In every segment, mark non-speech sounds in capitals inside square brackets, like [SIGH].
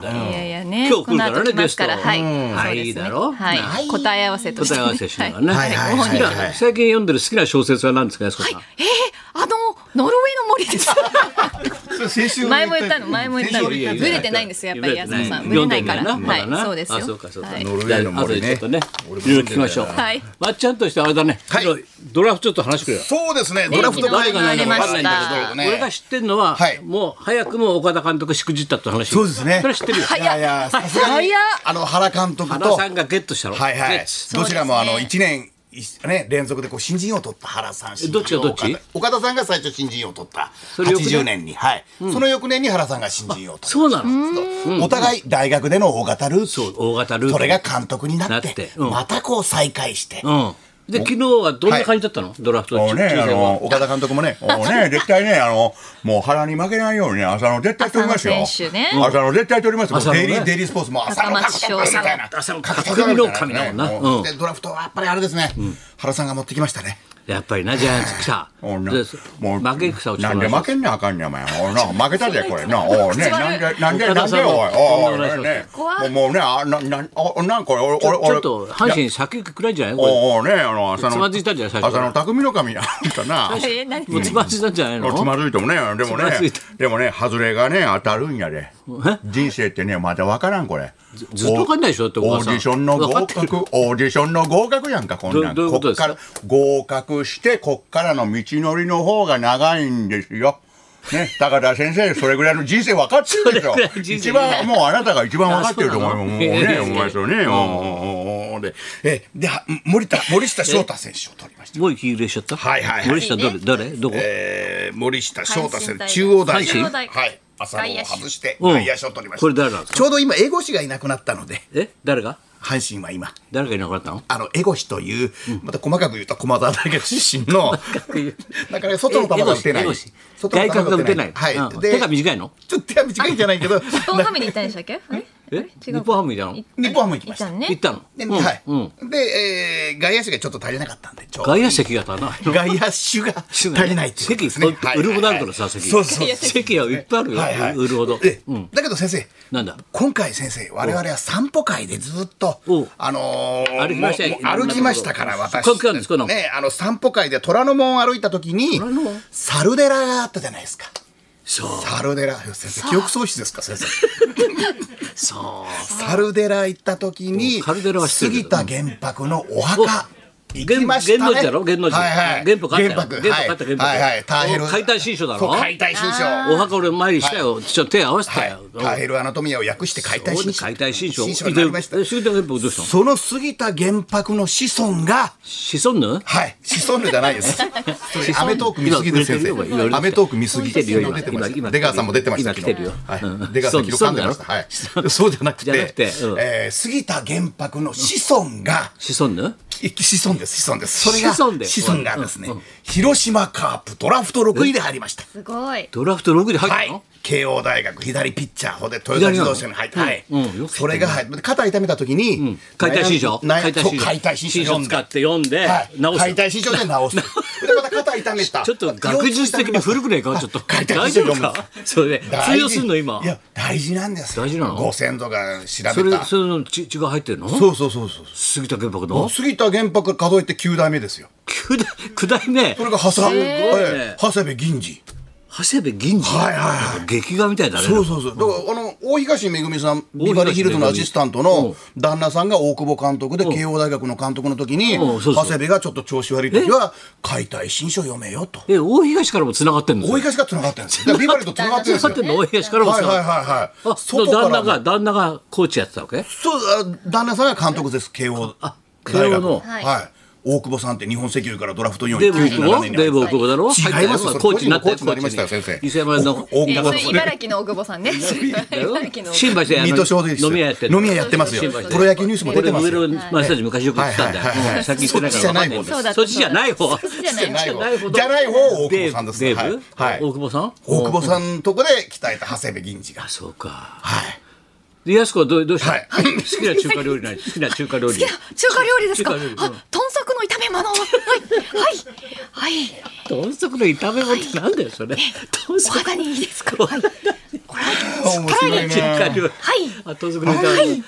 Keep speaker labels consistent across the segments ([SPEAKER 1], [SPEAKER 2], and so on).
[SPEAKER 1] だよ。
[SPEAKER 2] いやいやね。
[SPEAKER 1] 今日来るからね
[SPEAKER 2] この後来ますから
[SPEAKER 1] ゲスト
[SPEAKER 2] はい。
[SPEAKER 1] う
[SPEAKER 2] そうですね
[SPEAKER 1] んはいいいだ
[SPEAKER 2] は。
[SPEAKER 1] ろない
[SPEAKER 2] 答え合わせとして。
[SPEAKER 1] 答え合わせしながらね。
[SPEAKER 2] はい
[SPEAKER 3] はい
[SPEAKER 2] ご本人
[SPEAKER 3] はいは
[SPEAKER 1] 好き
[SPEAKER 3] い
[SPEAKER 1] な最近読んでる好きな小説は何ですか、安子さん。
[SPEAKER 2] えー、あのノルウェーの森です。
[SPEAKER 3] 先週
[SPEAKER 2] 前も言ったの、前も言ったの。ブ
[SPEAKER 1] いやいや
[SPEAKER 2] レてないんですよ、やっぱり安田さん。ブ
[SPEAKER 1] 読
[SPEAKER 2] レ
[SPEAKER 1] ん
[SPEAKER 2] な
[SPEAKER 1] で
[SPEAKER 2] いから。
[SPEAKER 1] なま
[SPEAKER 2] は
[SPEAKER 1] だ
[SPEAKER 2] い、
[SPEAKER 1] な
[SPEAKER 2] そうですよ。
[SPEAKER 1] あそうかそうか。
[SPEAKER 2] はい
[SPEAKER 3] ノルウェーの森ね
[SPEAKER 1] じゃあ後でちょっとね
[SPEAKER 3] 俺。も
[SPEAKER 1] いろいろ聞きましょう。
[SPEAKER 2] はい
[SPEAKER 1] まっちゃんとしてあれだね。
[SPEAKER 3] はい
[SPEAKER 1] いろいろドラフトちょっと話してくれよ。
[SPEAKER 3] そうですね、ドラフト会議
[SPEAKER 2] 昨日言わ
[SPEAKER 3] の
[SPEAKER 2] れました
[SPEAKER 3] 分かんないんだけどね
[SPEAKER 1] 俺が知ってるのは
[SPEAKER 3] はい、
[SPEAKER 1] もう早くも岡田監督しくじったって話。
[SPEAKER 3] そうですね
[SPEAKER 1] それは知ってるよ。
[SPEAKER 3] いやいや、さすがに
[SPEAKER 2] 早っ
[SPEAKER 3] あの原監督
[SPEAKER 1] 原
[SPEAKER 3] と、
[SPEAKER 1] さんがゲットしたの。
[SPEAKER 3] はいは
[SPEAKER 1] ゲ
[SPEAKER 3] い
[SPEAKER 1] ッツ、
[SPEAKER 3] どちらも
[SPEAKER 2] そ
[SPEAKER 3] あ
[SPEAKER 2] うですね
[SPEAKER 3] の一年いね連続でこう新人王を取った原さん、新人
[SPEAKER 1] ど
[SPEAKER 3] 王
[SPEAKER 1] っちがどっち
[SPEAKER 3] 岡田岡田さんが最初新人王を取った、
[SPEAKER 1] れ翌年
[SPEAKER 3] 80年に、はい、その翌年に原さんが新人王を取
[SPEAKER 1] そうなの。
[SPEAKER 3] った。お互い大学での大型ルーツ、
[SPEAKER 1] そう大型ルート
[SPEAKER 3] それが監督になっ
[SPEAKER 1] なって
[SPEAKER 3] て、
[SPEAKER 1] うん
[SPEAKER 3] またこう再開して。
[SPEAKER 1] うん。で昨日はどんな感じだったの？ドラフト
[SPEAKER 4] もうね、
[SPEAKER 1] 抽
[SPEAKER 4] あ
[SPEAKER 1] 選は
[SPEAKER 4] の、岡田監督もね、 [LAUGHS] もうね、絶対ね、あの、もう腹に負けないようにね、朝の絶対取りますよ。
[SPEAKER 2] 浅野選手ね
[SPEAKER 4] 朝の絶対取りますよ。
[SPEAKER 1] 朝のね
[SPEAKER 4] デイリー、
[SPEAKER 3] デ
[SPEAKER 4] デイ
[SPEAKER 3] イリースポーツも朝の
[SPEAKER 2] 高松
[SPEAKER 3] 獲得
[SPEAKER 2] 商
[SPEAKER 3] み
[SPEAKER 2] さん
[SPEAKER 3] たいな。
[SPEAKER 1] 朝の
[SPEAKER 3] 獲
[SPEAKER 1] 獲
[SPEAKER 3] 得
[SPEAKER 1] 得
[SPEAKER 3] み
[SPEAKER 1] の
[SPEAKER 3] たい
[SPEAKER 1] 神だもん
[SPEAKER 3] な
[SPEAKER 1] な。
[SPEAKER 3] ね
[SPEAKER 1] うん
[SPEAKER 3] で。ドラフトはやっぱりあれですね。原さんが持ってきましたね。
[SPEAKER 1] やっぱりなジャイアンツ来
[SPEAKER 3] [LAUGHS]
[SPEAKER 1] た。
[SPEAKER 4] おうな
[SPEAKER 1] で負け草を
[SPEAKER 4] なんで負けんなあかんねんお前おうな負けたでこれなおうね
[SPEAKER 2] 口悪
[SPEAKER 4] ないんでなんで
[SPEAKER 1] 岡
[SPEAKER 4] な
[SPEAKER 1] 田
[SPEAKER 4] ん
[SPEAKER 1] さ
[SPEAKER 4] で
[SPEAKER 1] んの
[SPEAKER 4] おいおいおい
[SPEAKER 1] こんな話
[SPEAKER 4] おい
[SPEAKER 1] を
[SPEAKER 4] ね
[SPEAKER 2] 怖い
[SPEAKER 4] もうねあななおなんこれ俺
[SPEAKER 1] ちょ
[SPEAKER 4] 俺
[SPEAKER 1] ちょっと阪神先行くくらいじゃない？これ
[SPEAKER 4] おうおうねあの朝
[SPEAKER 1] つま
[SPEAKER 4] の
[SPEAKER 1] ずいたんじゃない最初
[SPEAKER 4] 朝の匠の神なんかな
[SPEAKER 2] えー何
[SPEAKER 1] もうつまずいたんじゃないの？
[SPEAKER 4] つまずいてもね、でも
[SPEAKER 1] つま
[SPEAKER 4] ね
[SPEAKER 1] ずいて、
[SPEAKER 4] でもね、外れがね、当たるんやで。人生ってね、まだわからん、これ。ず
[SPEAKER 1] ずっとわかんないでしょだってお
[SPEAKER 4] オ
[SPEAKER 1] 母
[SPEAKER 4] ー
[SPEAKER 1] さ
[SPEAKER 4] デ
[SPEAKER 1] ん
[SPEAKER 4] ィションの
[SPEAKER 1] わかっ
[SPEAKER 4] 合
[SPEAKER 1] てる
[SPEAKER 4] 格、オーディションの合格やんか、こんなん。
[SPEAKER 1] どどういうことですか
[SPEAKER 4] っから合格して、こっからの道のりの方が長いんですよ。ね、高田先生、それぐらいの人生分かってるでしょ
[SPEAKER 1] それぐらい。の人生
[SPEAKER 4] 一番、もうあなたが一番分かってると思うよ。もう
[SPEAKER 1] あそうなの
[SPEAKER 4] ね、お前そうね、おうおうおうおうで、え、で、は森田、森下翔太選手を取りました。
[SPEAKER 1] もう火入れしちゃった。
[SPEAKER 4] はいはいはい
[SPEAKER 1] 森下どれ誰どこ？
[SPEAKER 4] えー、森下翔太選
[SPEAKER 2] 阪
[SPEAKER 4] 手、
[SPEAKER 2] 神
[SPEAKER 4] 中央大
[SPEAKER 1] 阪
[SPEAKER 4] 学。
[SPEAKER 1] 神
[SPEAKER 4] はい。朝顔を外して、
[SPEAKER 1] うん
[SPEAKER 4] 外野手を取りました。
[SPEAKER 1] これ誰なんですか？
[SPEAKER 3] ちょうど今、江越がいなくなったので、
[SPEAKER 1] え誰が？
[SPEAKER 3] 阪神は今、
[SPEAKER 1] 誰がいなくなったの？
[SPEAKER 3] あの、江越という、また細かく言うと駒沢大学出身の、だから外の球が打てない
[SPEAKER 1] 江越江越。
[SPEAKER 3] 外の
[SPEAKER 1] 外
[SPEAKER 3] 球
[SPEAKER 1] 角が打てない。
[SPEAKER 3] はい。
[SPEAKER 1] うん
[SPEAKER 3] で
[SPEAKER 1] 手が短いの？
[SPEAKER 3] ちょっと手は短いんじゃないけど、
[SPEAKER 2] 日本ハムにいたんでしたっけ？あれ
[SPEAKER 1] え
[SPEAKER 2] あれ
[SPEAKER 1] 日本ハムにいたの
[SPEAKER 2] い
[SPEAKER 3] 日本ハム行きました
[SPEAKER 2] いたね
[SPEAKER 1] 行ったの？
[SPEAKER 3] で、
[SPEAKER 1] うん
[SPEAKER 3] はい
[SPEAKER 1] うん。
[SPEAKER 3] で、えー外野手がちょっと足りなかったんで、ちょうど
[SPEAKER 1] 外野席が足らない。
[SPEAKER 3] 外野手が [LAUGHS] 足りないっていうこと
[SPEAKER 1] 席
[SPEAKER 3] ですね。はい
[SPEAKER 1] 売るほどあるからさ席。
[SPEAKER 3] そうそうそう
[SPEAKER 1] 席はいっぱいあるよ
[SPEAKER 3] はいはい。
[SPEAKER 1] 売るほど。
[SPEAKER 3] ええ
[SPEAKER 1] うん。
[SPEAKER 3] だけど先生、
[SPEAKER 1] なんだ。
[SPEAKER 3] 今回先生我々は散歩会でずっと
[SPEAKER 1] おう
[SPEAKER 3] あのー
[SPEAKER 1] 歩きましたよ
[SPEAKER 3] もうもう歩きましたから
[SPEAKER 1] いろんなとこ
[SPEAKER 3] 私
[SPEAKER 1] 関係あるんですかなんか
[SPEAKER 3] ねあの散歩会で虎ノ門を歩いた時に
[SPEAKER 1] 虎ノ門
[SPEAKER 3] サルデラがあったじゃないですか
[SPEAKER 1] そう。
[SPEAKER 3] サルデラ先生記憶喪失ですか先生
[SPEAKER 1] そう。
[SPEAKER 3] サルデラ行った時
[SPEAKER 1] う
[SPEAKER 3] に
[SPEAKER 1] んサルデラは知ってる
[SPEAKER 3] 杉
[SPEAKER 1] けど
[SPEAKER 3] 田玄白のお
[SPEAKER 1] お
[SPEAKER 3] 墓行きまし
[SPEAKER 1] 源源之
[SPEAKER 3] たね
[SPEAKER 1] 寺だろ源之寺
[SPEAKER 3] はいはい
[SPEAKER 1] 源白買ったよ
[SPEAKER 3] 源
[SPEAKER 1] 源白
[SPEAKER 3] 白
[SPEAKER 1] 買った源白
[SPEAKER 3] はいはいはいターヘル
[SPEAKER 1] 解体新書だろ
[SPEAKER 3] そう解体新書
[SPEAKER 1] お墓俺前にしたよ。ちょっと手合わせ
[SPEAKER 3] は
[SPEAKER 1] た
[SPEAKER 3] い
[SPEAKER 1] よ。、
[SPEAKER 3] ターヘルアナトミアを訳して解体新書
[SPEAKER 1] 解体新書。
[SPEAKER 3] になりました
[SPEAKER 1] でえ杉田玄白どうしたの？
[SPEAKER 3] その杉田玄白の子孫が
[SPEAKER 1] 子孫ぬ？
[SPEAKER 3] はい子孫類じゃないです
[SPEAKER 1] [LAUGHS] 子孫
[SPEAKER 3] アメトーク見すぎです先
[SPEAKER 1] 今いろいろ
[SPEAKER 3] 生アメトーク見すぎ
[SPEAKER 1] 来てるよ今
[SPEAKER 3] 昨日出てまし
[SPEAKER 1] 今
[SPEAKER 3] た
[SPEAKER 1] 今
[SPEAKER 3] 出川さんも出てました
[SPEAKER 1] 今来てるよ
[SPEAKER 3] 昨日
[SPEAKER 1] う
[SPEAKER 3] は
[SPEAKER 1] ん
[SPEAKER 3] い出川さん昨日噛んでました
[SPEAKER 1] そう
[SPEAKER 3] はいそうじゃなく
[SPEAKER 1] じゃなくて
[SPEAKER 3] て
[SPEAKER 1] うん
[SPEAKER 3] えー杉田玄白の子孫が
[SPEAKER 1] 子孫ぬ？
[SPEAKER 3] い子孫です子孫ですそれが
[SPEAKER 1] 子孫で
[SPEAKER 3] 子孫がですね広島カープドラフト6位で入りました
[SPEAKER 2] すごい。
[SPEAKER 1] ドラフト6で入っ
[SPEAKER 3] は
[SPEAKER 1] た
[SPEAKER 3] い
[SPEAKER 1] の？、
[SPEAKER 3] 慶応大学左ピッチャーほんで豊田自動車に入って、はい
[SPEAKER 1] 左なのうんうんよく知ってる
[SPEAKER 3] それが入って肩痛めた時に、
[SPEAKER 1] 解体新書。
[SPEAKER 3] 悩んそう
[SPEAKER 1] 解
[SPEAKER 3] 解
[SPEAKER 1] 体
[SPEAKER 3] 体
[SPEAKER 1] 新
[SPEAKER 3] 新
[SPEAKER 1] 書
[SPEAKER 3] 書
[SPEAKER 1] 新書
[SPEAKER 3] 読ん
[SPEAKER 1] 使っ
[SPEAKER 3] で
[SPEAKER 1] て読んで
[SPEAKER 3] はい
[SPEAKER 1] 直す
[SPEAKER 3] 解。体新書
[SPEAKER 1] [LAUGHS]
[SPEAKER 3] で直すでまた肩痛めた
[SPEAKER 1] ちょっと学術的に古くないかちょっと
[SPEAKER 3] 解体
[SPEAKER 1] 大
[SPEAKER 3] 新
[SPEAKER 1] 丈
[SPEAKER 3] 書
[SPEAKER 1] 夫
[SPEAKER 3] 読む
[SPEAKER 1] かそれで [LAUGHS] 通用するの今
[SPEAKER 3] いや大事なんですよ
[SPEAKER 1] 大事なの
[SPEAKER 3] ご先祖が調べた
[SPEAKER 1] それそれの血血が入ってるの
[SPEAKER 3] そうそうそうそう
[SPEAKER 1] 杉田玄白の
[SPEAKER 3] 杉田玄白数えて9代目ですよ
[SPEAKER 1] 九代九代目
[SPEAKER 3] それが長谷,、
[SPEAKER 1] ね
[SPEAKER 3] ええ長谷部銀次
[SPEAKER 1] 長谷部銀次
[SPEAKER 3] はいはいはい
[SPEAKER 1] 劇画みたいだね
[SPEAKER 3] そうそうそう。だから、あの、大東めぐみさん、ビバリーヒルズのアシスタント
[SPEAKER 1] うん
[SPEAKER 3] の旦那さんが大久保監督で、慶応大学の監督の時
[SPEAKER 1] う
[SPEAKER 3] に、
[SPEAKER 1] んそうそう
[SPEAKER 3] 長谷部がちょっと調子悪い時は、解体新書読めよと。
[SPEAKER 1] え大東からも繋がってんの
[SPEAKER 3] 大東が繋がってるんですよ。だからビバリーと繋がってるんです
[SPEAKER 1] 繋がってん
[SPEAKER 3] よ。
[SPEAKER 1] の大東からも
[SPEAKER 3] はい
[SPEAKER 1] 繋
[SPEAKER 3] はい
[SPEAKER 1] が
[SPEAKER 3] は
[SPEAKER 1] っ
[SPEAKER 3] い
[SPEAKER 1] て
[SPEAKER 3] はい。
[SPEAKER 1] あその旦那が旦那がコーチやってたわけ
[SPEAKER 3] そう、あ旦那さんが監督です、慶応
[SPEAKER 1] あ
[SPEAKER 3] 大
[SPEAKER 1] 慶応
[SPEAKER 3] 学
[SPEAKER 1] の
[SPEAKER 3] の。
[SPEAKER 2] はい
[SPEAKER 3] はい。大久保さんって日本石油からドラフト4位
[SPEAKER 1] デーブ大久保
[SPEAKER 3] 97年に
[SPEAKER 1] デーブ大久保だろ
[SPEAKER 3] 違います
[SPEAKER 1] 入ったよ
[SPEAKER 3] それ
[SPEAKER 1] コーチになった
[SPEAKER 3] コーチになりましたよ先生
[SPEAKER 1] 伊勢山の
[SPEAKER 3] お大
[SPEAKER 2] え
[SPEAKER 3] 久
[SPEAKER 2] ー
[SPEAKER 3] 保
[SPEAKER 2] そ
[SPEAKER 3] の
[SPEAKER 2] れ茨城の大久保さんね。それ茨
[SPEAKER 1] だよ
[SPEAKER 2] 城の。
[SPEAKER 1] 新橋であの
[SPEAKER 3] 水戸商店
[SPEAKER 1] 飲み屋やってる
[SPEAKER 3] 飲み屋やってますよ
[SPEAKER 1] 新橋で
[SPEAKER 3] プロ野球ニュースも出てますよ
[SPEAKER 1] 俺上のマッサージ昔よく行ってたんだよ
[SPEAKER 3] はいはいはいはい
[SPEAKER 1] うん先行ってないから分かんないんだ
[SPEAKER 2] そうだっ
[SPEAKER 1] よ
[SPEAKER 2] た
[SPEAKER 1] そっちじゃない方
[SPEAKER 2] じゃない
[SPEAKER 3] じゃない
[SPEAKER 1] じゃない方
[SPEAKER 3] 方じゃない方大久
[SPEAKER 1] デ
[SPEAKER 3] 保さんで
[SPEAKER 1] ー
[SPEAKER 3] す
[SPEAKER 1] ブデーブ
[SPEAKER 3] はいはい
[SPEAKER 1] 大久保さん
[SPEAKER 3] 大久保さんのとこで鍛えた長谷部銀次が
[SPEAKER 1] あそうか
[SPEAKER 3] はい
[SPEAKER 1] で安子はどうどうしたの
[SPEAKER 3] はい
[SPEAKER 1] 好きな中華料理ない好きな中華料理
[SPEAKER 2] いや中華料理ですか。あ、
[SPEAKER 1] 中華料理
[SPEAKER 2] 豚
[SPEAKER 1] うん
[SPEAKER 2] 足の炒め物。はいはいはい。
[SPEAKER 1] 豚足の炒め物ってなんだよそれ豚
[SPEAKER 2] お [LAUGHS]
[SPEAKER 1] 足
[SPEAKER 2] 肌にいいですか。はい。これ
[SPEAKER 3] 面白い
[SPEAKER 1] 中華
[SPEAKER 3] な。
[SPEAKER 1] 料理。
[SPEAKER 2] はい。
[SPEAKER 1] 後続の歌は
[SPEAKER 3] はい
[SPEAKER 1] ね。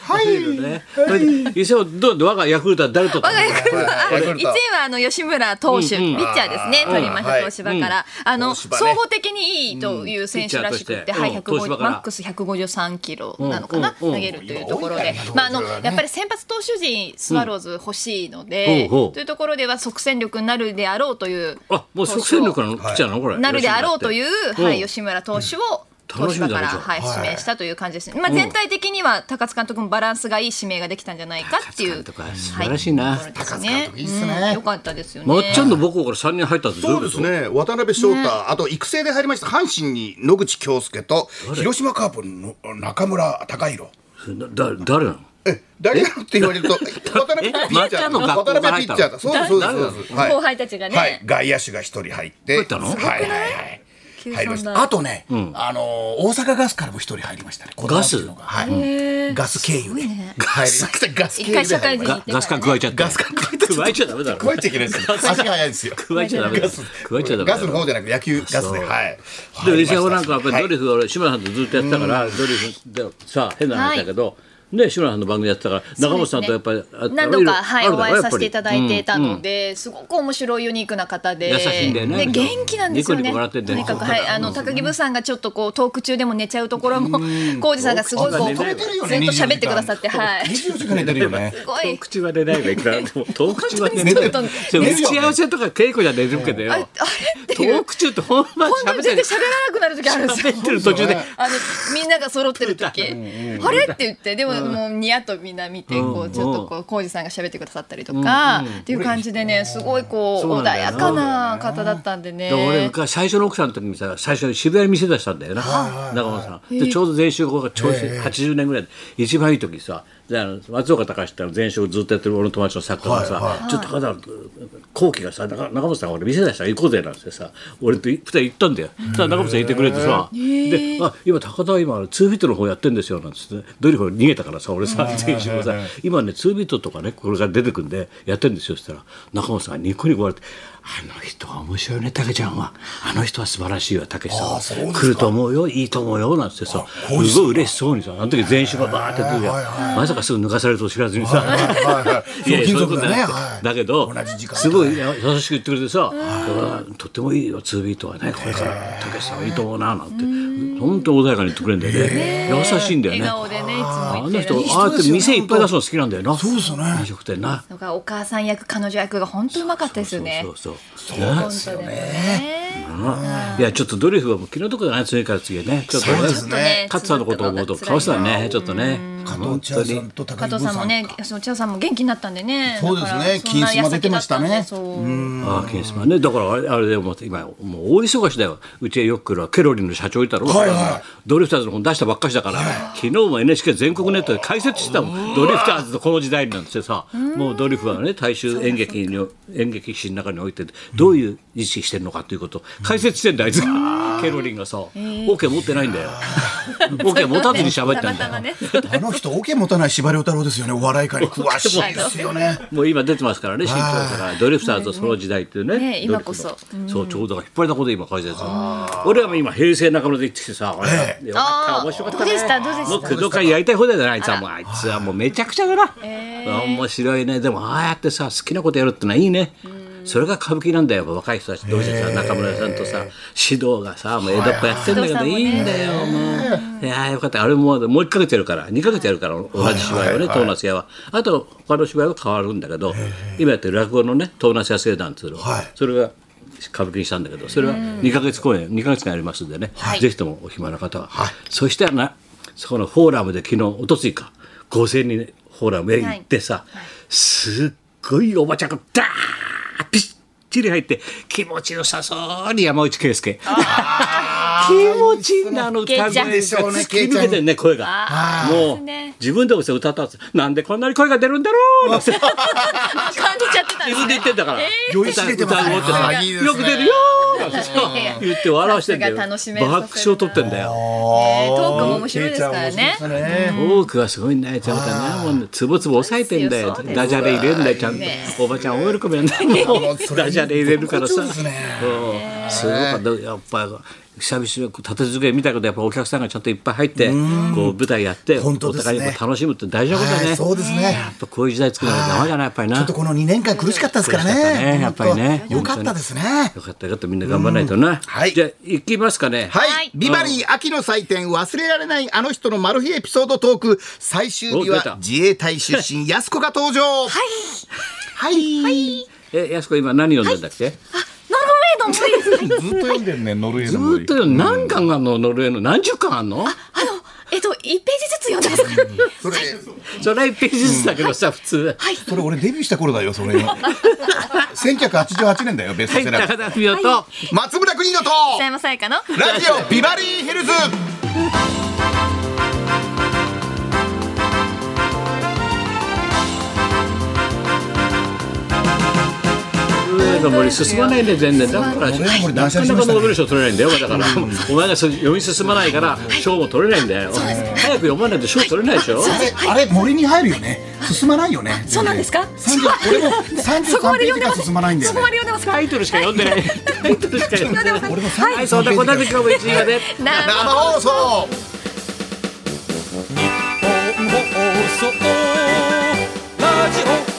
[SPEAKER 1] はい。伊勢をどうどう我がヤクルトは誰と
[SPEAKER 2] 我が家
[SPEAKER 3] これ
[SPEAKER 2] あの
[SPEAKER 3] ヤクルト
[SPEAKER 2] 1位はあの吉村投手、ピッチャーですね、取りまし
[SPEAKER 3] は
[SPEAKER 2] た、
[SPEAKER 3] い
[SPEAKER 2] 東芝から。あの、
[SPEAKER 3] 東芝ね
[SPEAKER 2] 総合的にいいという選手らしく
[SPEAKER 1] うんピ
[SPEAKER 2] て、
[SPEAKER 1] ッチャーとして
[SPEAKER 2] はい、
[SPEAKER 1] うん
[SPEAKER 2] 150
[SPEAKER 1] 東芝から
[SPEAKER 2] マックス153キロなのかな、
[SPEAKER 1] うんうんうん
[SPEAKER 2] 投げるというところで、まあ、あの、やっぱり先発投手陣、スワローズ欲しいので、
[SPEAKER 1] うんうん
[SPEAKER 2] というところでは即戦力になるであろうという。
[SPEAKER 1] あ、もう即戦力なのピッチャーなのこれ。
[SPEAKER 2] なるであろうという、
[SPEAKER 1] うん
[SPEAKER 2] はい、吉村投手を。
[SPEAKER 1] 楽
[SPEAKER 2] 東
[SPEAKER 1] しみだ
[SPEAKER 2] 芝か
[SPEAKER 1] ね
[SPEAKER 2] ら、
[SPEAKER 1] じゃあ
[SPEAKER 2] はい、指名したという感じですね。まあ、全体的には高津監督もバランスがいい指名ができたんじゃないかっていう。
[SPEAKER 1] 高津監督は素晴らしいな
[SPEAKER 2] はところですね
[SPEAKER 3] 高津監督いいっすね
[SPEAKER 2] うんよかったですよね。
[SPEAKER 1] まっちゃんの母校から三人入ったってど
[SPEAKER 3] そうう
[SPEAKER 1] い
[SPEAKER 3] で
[SPEAKER 1] うこ
[SPEAKER 3] す
[SPEAKER 1] と
[SPEAKER 3] ね。渡辺翔太、あと育成で入りました阪神に野口京介と広島カープの中村貴弘。
[SPEAKER 1] なだ誰なの
[SPEAKER 3] え、誰なのって言わ
[SPEAKER 1] [LAUGHS]
[SPEAKER 3] れると、渡辺ピ
[SPEAKER 1] まっ
[SPEAKER 3] ッ
[SPEAKER 1] ち
[SPEAKER 3] チャ
[SPEAKER 1] ゃ
[SPEAKER 3] ー
[SPEAKER 1] んの
[SPEAKER 3] 渡
[SPEAKER 1] 学校が入
[SPEAKER 3] 辺ピ
[SPEAKER 1] ったの
[SPEAKER 3] ッチャーだ。そうですそうです
[SPEAKER 1] 誰なの
[SPEAKER 3] そうです。はい
[SPEAKER 2] 後輩たちがね
[SPEAKER 3] はい、外野手が一人入って。
[SPEAKER 1] 入ったの
[SPEAKER 3] はいはいはい。
[SPEAKER 2] 急
[SPEAKER 3] 入りまし
[SPEAKER 2] さん
[SPEAKER 3] た。
[SPEAKER 2] だ
[SPEAKER 3] あとね、あのー大阪ガスからも一人入りましたね。
[SPEAKER 1] ガス
[SPEAKER 3] 子供たちのがはい。ガス経由で。入りましたガス経由
[SPEAKER 2] 一
[SPEAKER 3] で入りま
[SPEAKER 2] 回社会人に行ってか
[SPEAKER 1] が
[SPEAKER 3] した。
[SPEAKER 2] ら
[SPEAKER 1] ガスカ加えちゃった。
[SPEAKER 3] ガス缶加えちゃった
[SPEAKER 1] 加えちゃダメだろ。
[SPEAKER 3] 加えちゃいけないですよ。足が速いんですよ。
[SPEAKER 1] 加えちゃダメだ
[SPEAKER 3] ガ
[SPEAKER 1] ろ。
[SPEAKER 3] ス
[SPEAKER 1] 加えちゃダメだ
[SPEAKER 3] ガ
[SPEAKER 1] ろ。
[SPEAKER 3] スの方じゃなく野球ガスで、はい。
[SPEAKER 1] で
[SPEAKER 3] 入りま
[SPEAKER 1] 石
[SPEAKER 3] した
[SPEAKER 1] 山なんかやっぱりドリ
[SPEAKER 3] はい
[SPEAKER 1] フ、俺志村さんとずっとやってたから、ドリフでさ変な話だけど、ね志村さんの番組やってたから、中本さんとやっぱりあ
[SPEAKER 2] 何度か、はい、
[SPEAKER 1] ある
[SPEAKER 2] お
[SPEAKER 1] だろ
[SPEAKER 2] 会いさせていただいて
[SPEAKER 1] やっぱ
[SPEAKER 2] たので、すごく面白いユニークな方で
[SPEAKER 1] 優しいんだよね
[SPEAKER 2] で元気なんですよね
[SPEAKER 1] ニコニコ笑ってんだ
[SPEAKER 2] と
[SPEAKER 1] よね
[SPEAKER 2] にかく、はい、あの高木ブーさんがちょっとこうトーク中でも寝ちゃうところも浩二さんがすごいこうずっと
[SPEAKER 1] 寝て
[SPEAKER 2] 喋ってくださって、はい、す
[SPEAKER 3] 24時間寝てるよね。
[SPEAKER 2] ご
[SPEAKER 1] りうん
[SPEAKER 2] い
[SPEAKER 1] 遠。口は出ないわいくらで
[SPEAKER 2] [LAUGHS]
[SPEAKER 1] も遠口は出な
[SPEAKER 2] ちょ
[SPEAKER 1] い
[SPEAKER 2] っと
[SPEAKER 1] 打ち合わせとか稽古じゃ出るけど
[SPEAKER 2] ああれ
[SPEAKER 1] よ
[SPEAKER 2] っていう
[SPEAKER 1] 遠口って本番
[SPEAKER 2] 本当
[SPEAKER 1] 喋
[SPEAKER 2] に
[SPEAKER 1] って
[SPEAKER 2] 全
[SPEAKER 1] る
[SPEAKER 2] 然喋らなくなる時あるんですよ
[SPEAKER 1] 喋ってる途中で
[SPEAKER 2] あのみんなが揃ってる時あれって言ってでももうニヤッとみんな見てこ
[SPEAKER 1] う
[SPEAKER 2] うんちょっとこう浩二さんが喋ってくださったりとかっていう感じでねすごいこう
[SPEAKER 1] そう
[SPEAKER 2] 穏
[SPEAKER 1] なんだよ
[SPEAKER 2] や
[SPEAKER 1] な
[SPEAKER 2] かな方だったんで
[SPEAKER 1] で俺
[SPEAKER 2] ね
[SPEAKER 1] 昔最初の奥さんの時にさ最初に渋谷に店出したんだよな中本さんでちょうど前週後が調子80年ぐらいで一番いい時さであの松岡隆ってあの前週ずっとやってる俺の友達の作家がさ、ちょっと肌後期がさ中中本さんが俺店出したら行こうぜなんてさ俺と二人行ったんだよ、そしたら中本さんいてくれてさ「であ今高田は今2フィットの方やってんですよ」なんつってドリフ逃げたからさ俺さ前週もさ「今ね2フィットとかねこれから出てくんでやってんですよ」そしたら中本さんがニコニコ笑ってあの人は面白いね、たけちゃんは。あの人は素晴らしいわ、たけし
[SPEAKER 3] あーそ
[SPEAKER 1] さ
[SPEAKER 3] うで
[SPEAKER 1] ん。
[SPEAKER 3] すか
[SPEAKER 1] 来ると思うよ、いいと思うよ、なんつってさ、すごい嬉しそうにさ、あの時全種がバーって出て
[SPEAKER 3] はいはい
[SPEAKER 1] まさかすぐ抜かされると知らずにさ、
[SPEAKER 3] はいはい
[SPEAKER 1] やいや
[SPEAKER 3] 金
[SPEAKER 1] そういうこ
[SPEAKER 3] 属
[SPEAKER 1] とじ
[SPEAKER 3] だ
[SPEAKER 1] ゃなくて
[SPEAKER 3] ねはい
[SPEAKER 1] だけど
[SPEAKER 3] 同じ時、間
[SPEAKER 1] すごいや優しく言ってくれてさ、とってもいいよ、2ビートはね、これから、たけしさんはいいと思うな、なんて、本当穏やかに言ってくれるんだよね。優しいんだよ
[SPEAKER 2] 笑顔で
[SPEAKER 1] ね。
[SPEAKER 2] ねいつ
[SPEAKER 1] あ
[SPEAKER 2] も
[SPEAKER 1] の
[SPEAKER 2] 言って
[SPEAKER 1] 人、
[SPEAKER 2] る
[SPEAKER 1] ああやって店いっぱい出すの好きなんだよな。そうです
[SPEAKER 3] ね
[SPEAKER 1] 飲食店な。
[SPEAKER 2] のがお母さん役彼女役が本当うまかったですよね
[SPEAKER 1] そうそうそう。
[SPEAKER 2] 本当でね
[SPEAKER 1] いやちょっとドリフはもう気の毒だね次から次へねちょっとね
[SPEAKER 3] そうです
[SPEAKER 2] ちょっと
[SPEAKER 3] ね
[SPEAKER 2] ね
[SPEAKER 1] 勝さんのことを思うと
[SPEAKER 2] 辛い
[SPEAKER 1] かわいそうだねちょっとね
[SPEAKER 3] 加藤茶さんと高
[SPEAKER 2] 加
[SPEAKER 3] 木ブー
[SPEAKER 2] 藤さんもね、その千代さんも元気になったんでね。
[SPEAKER 3] そうですね
[SPEAKER 2] だからそんな
[SPEAKER 3] 金スマ出てましたね
[SPEAKER 2] 矢先だったんでそう
[SPEAKER 1] ああケンスマねだからあれあれでもう今もう大忙しだようちへよく来るケロリンの社長いたろ、
[SPEAKER 3] はいはい
[SPEAKER 1] ドリフターズの本出したばっかしだから、昨日も NHK 全国ネットで解説してたもんドリフターズとこの時代になんてさもうドリフはね大衆演劇に演劇史の中においてどういう意識してるのかということを解説してんだあいつがケロリンがさオーケー持ってないんだよオーケー持たずに喋ってんだ
[SPEAKER 2] たまたま
[SPEAKER 1] よ
[SPEAKER 2] ね
[SPEAKER 3] あの人、オケ持たない司馬遼太郎ですよね。お笑い界に詳しいですよね。
[SPEAKER 1] もう今出てますからね、新潮だから、ドリフターズその時代っていうね。
[SPEAKER 2] ね今こそ
[SPEAKER 1] ドリフのそう、ちょうど引っ張りだことで今解説。俺はもう今平成中村で行ってきてさ、あれよかった、面白かったね。
[SPEAKER 2] どうでしたどうでした
[SPEAKER 1] もう工藤会やりたい放題だな、あいつはもう、あいつはもうめちゃくちゃだな。面白いね、でもああやってさ、好きなことやるってのはいいね。それが歌舞伎なんだよ、若い人たち、同時さ、中村さんとさ、指導がさ、もう江戸っ子やってんだけど、
[SPEAKER 2] はい
[SPEAKER 1] い
[SPEAKER 2] はい
[SPEAKER 1] いんだよ、もう。いやーよかった、あれももう1ヶ月やるから、2ヶ月やるから、同じ芝居をね、トーナス屋は。あと、他の芝居は変わるんだけど、今やってる落語のね、トーナス屋聖団っていうの
[SPEAKER 3] はい、
[SPEAKER 1] それが歌舞伎にしたんだけど、それは2ヶ月公演、2ヶ月間やりますんでね、ぜひともお暇な方は。そしたらな、そこのフォーラムで昨日、おとついか、5000人ねフォーラムへ行ってさ、すっごいおばちゃんがダーッピッチリ入って、気持ちよさそうに山内圭介。気持ちいいんだあの歌声が
[SPEAKER 3] ケイちゃん
[SPEAKER 1] 突き抜けてるね声がもう自分でもそう歌ったんですよなんでこんなに声が出るんだろう [LAUGHS] なんて自
[SPEAKER 2] 感じちゃってたんです
[SPEAKER 1] 分で言ってんだから
[SPEAKER 3] 酔いしれてますね
[SPEAKER 1] 歌歌
[SPEAKER 3] あーいいですね
[SPEAKER 1] よく出るよーなんてそう言って笑わしてんだよ
[SPEAKER 2] さすが楽しめる
[SPEAKER 1] [LAUGHS] 爆笑取ってんだよ
[SPEAKER 2] ねトークも面白いですからね。
[SPEAKER 1] トークがすごいんだよちゃんとねもうねつぼつぼ抑えてんだよ
[SPEAKER 2] そうですよ
[SPEAKER 1] ダジャレ入れるんだよちゃんと
[SPEAKER 2] ね
[SPEAKER 1] [LAUGHS] おばちゃん大喜びなんだよ
[SPEAKER 3] それ
[SPEAKER 1] ダジャレ入れるから
[SPEAKER 3] そ
[SPEAKER 1] さ
[SPEAKER 3] うですね
[SPEAKER 1] うんすごかったやっぱり久々に立て続けに見たけどやっぱお客さんがちゃんといっぱい入ってこう舞台やって
[SPEAKER 5] 本当
[SPEAKER 1] お
[SPEAKER 5] ですね
[SPEAKER 1] 互いやっぱ楽しむって大事なことだ
[SPEAKER 5] は
[SPEAKER 1] ね
[SPEAKER 5] いそうですね
[SPEAKER 1] やっぱこういう時代作るのが生じゃないやっぱりな
[SPEAKER 5] ちょっとこの2年間苦しかったですから
[SPEAKER 1] 苦しかった
[SPEAKER 5] ね
[SPEAKER 1] ねやっぱりね
[SPEAKER 5] 本当よかったですね
[SPEAKER 1] よかったよかったみんな頑張らないとな、
[SPEAKER 3] はい
[SPEAKER 1] じゃあ行きますかね
[SPEAKER 3] はい、
[SPEAKER 2] はい
[SPEAKER 3] ビバリー秋の祭典忘れられないあの人のマル秘エピソードトーク最終日
[SPEAKER 1] お出た
[SPEAKER 3] は自衛隊出身やす子が登場はいはい、
[SPEAKER 1] えやすこ今何読んでんだっけ、
[SPEAKER 2] ノルウェーの森です。
[SPEAKER 4] ずっと読んでるね、ノルウェー
[SPEAKER 1] ず
[SPEAKER 4] の
[SPEAKER 1] ー
[SPEAKER 4] 森
[SPEAKER 1] っと。よ何巻あんのノルウェーの何十巻あんの
[SPEAKER 2] あの、えっと、一ページずつ読んでます。
[SPEAKER 3] それ
[SPEAKER 1] それは1ページずつだけどさ普通
[SPEAKER 4] それ俺デビューした頃だよ、それ。1988年だよ、ベスト
[SPEAKER 1] はい
[SPEAKER 4] セラー。
[SPEAKER 1] 高田文夫と、
[SPEAKER 3] 松村邦乃と
[SPEAKER 2] 北山さやかの。
[SPEAKER 3] ラジオビバリーヒルズ
[SPEAKER 1] 上の森進まないね全然だからなか
[SPEAKER 4] はい
[SPEAKER 1] なかノーベル賞取れないんだよだからお前がそれ読み進まないから賞も取れないんだよ早く読まないと賞取れないでしょ
[SPEAKER 4] あれ、森に入るよね。進まないよね。
[SPEAKER 2] そうなんですか。
[SPEAKER 4] 全然俺も33ページから進まないんだよ
[SPEAKER 2] そこま。
[SPEAKER 4] ね
[SPEAKER 2] で読んでますか。
[SPEAKER 1] タイトルしか読んでないタイトルしか読んでない
[SPEAKER 2] 読んでます。
[SPEAKER 1] はい [LAUGHS] そんなこんなで今日も一位まで
[SPEAKER 2] な
[SPEAKER 3] 生放送
[SPEAKER 6] 放送ラジオ